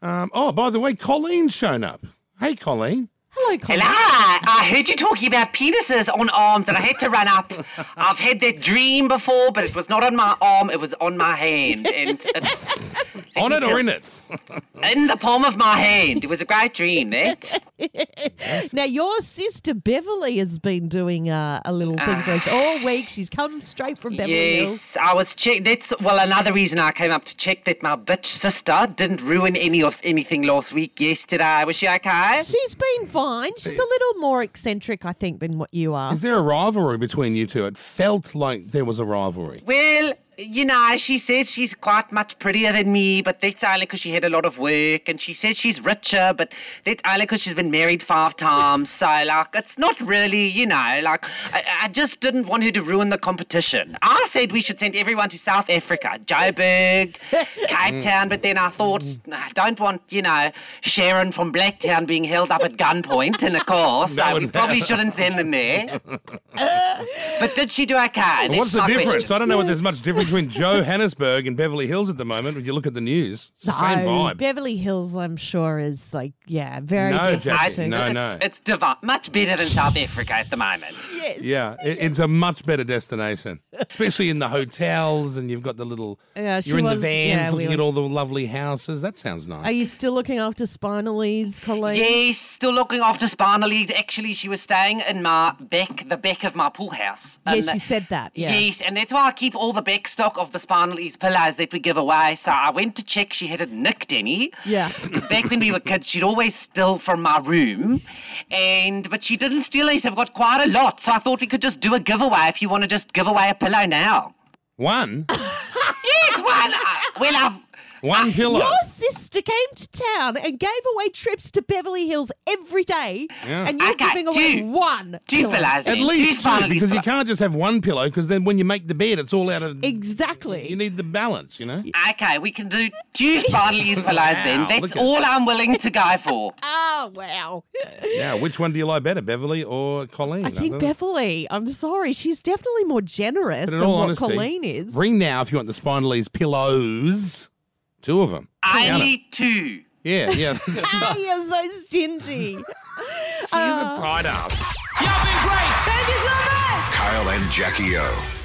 Um, oh, by the way, Colleen's shown up. Hey, Colleen. Hello, Colin. Hello. I heard you talking about penises on arms, and I had to run up. I've had that dream before, but it was not on my arm; it was on my hand, and it's On it or in it? in the palm of my hand. It was a great dream. That. Now, your sister Beverly has been doing uh, a little thing for Ah. us all week. She's come straight from Beverly Hills. Yes, I was check. That's well another reason I came up to check that my bitch sister didn't ruin any of anything last week. Yesterday, was she okay? She's been fine. She's a little more eccentric, I think, than what you are. Is there a rivalry between you two? It felt like there was a rivalry. Well, you know, she says she's quite much prettier than me, but that's only because she had a lot of work. And she says she's richer, but that's only because she's been married five times. So, like, it's not really, you know, like, I, I just didn't want her to ruin the competition. I said we should send everyone to South Africa, Joburg, Mm. Cape Town, but then I thought, I don't want, you know, Sharon from Blacktown being held up at gunpoint in a car, so we wouldn't probably shouldn't send them there. but did she do okay? That's What's the my difference? question. I don't know if there's much difference between Johannesburg and Beverly Hills at the moment. When you look at the news, it's the same No, vibe. Oh, Beverly Hills, I'm sure, is like, yeah, very No, I- different. Jackie, to- no. it's, it's divi- much better than South Africa at the moment. Yes. yeah, it, it's a much better destination, especially in the hotels, and you've got the little. Yeah, she you're in the was- vans yeah, we looking were- at all the lovely houses. That sounds nice. Are you still looking after Spinalese, Colleen? Yes, still looking after spinal leads. Actually, she was staying in my back, the back of my pool house. Yeah, And- she said that. Yeah. Yes, and that's why I keep all the back stock of the spinal ease pillows that we give away. So I went to check she had it nicked any. Yeah. Because back when we were kids, she'd always steal from my room. And but she didn't steal these. I've got quite a lot. So I thought we could just do a giveaway if you want to just give away a pillow now. one, Yes, one. I- Well, I've one pillow. Your sister came to town and gave away trips to Beverly Hills every day, Yeah. and you're Okay, giving away two. one. two pillow. pillows. At then, two least spinal two, ease because you pillows. can't just have one pillow, because then when you make the bed, it's all out of. Exactly. You need the balance, you know. Okay, we can do two Spartleys for lies then. Wow, look That's at- all I'm willing to go for. oh wow! Yeah, which one do you like better, Beverly or Colleen? I think don't know. Beverly. I'm sorry, she's definitely more generous But than in all what honesty, Colleen is. ring now if you want the Spinalese pillows. Two of them. I need two. Yeah, yeah. She's Ah, you're so stingy. Oh. a tight ass. Kyle and Jackie O.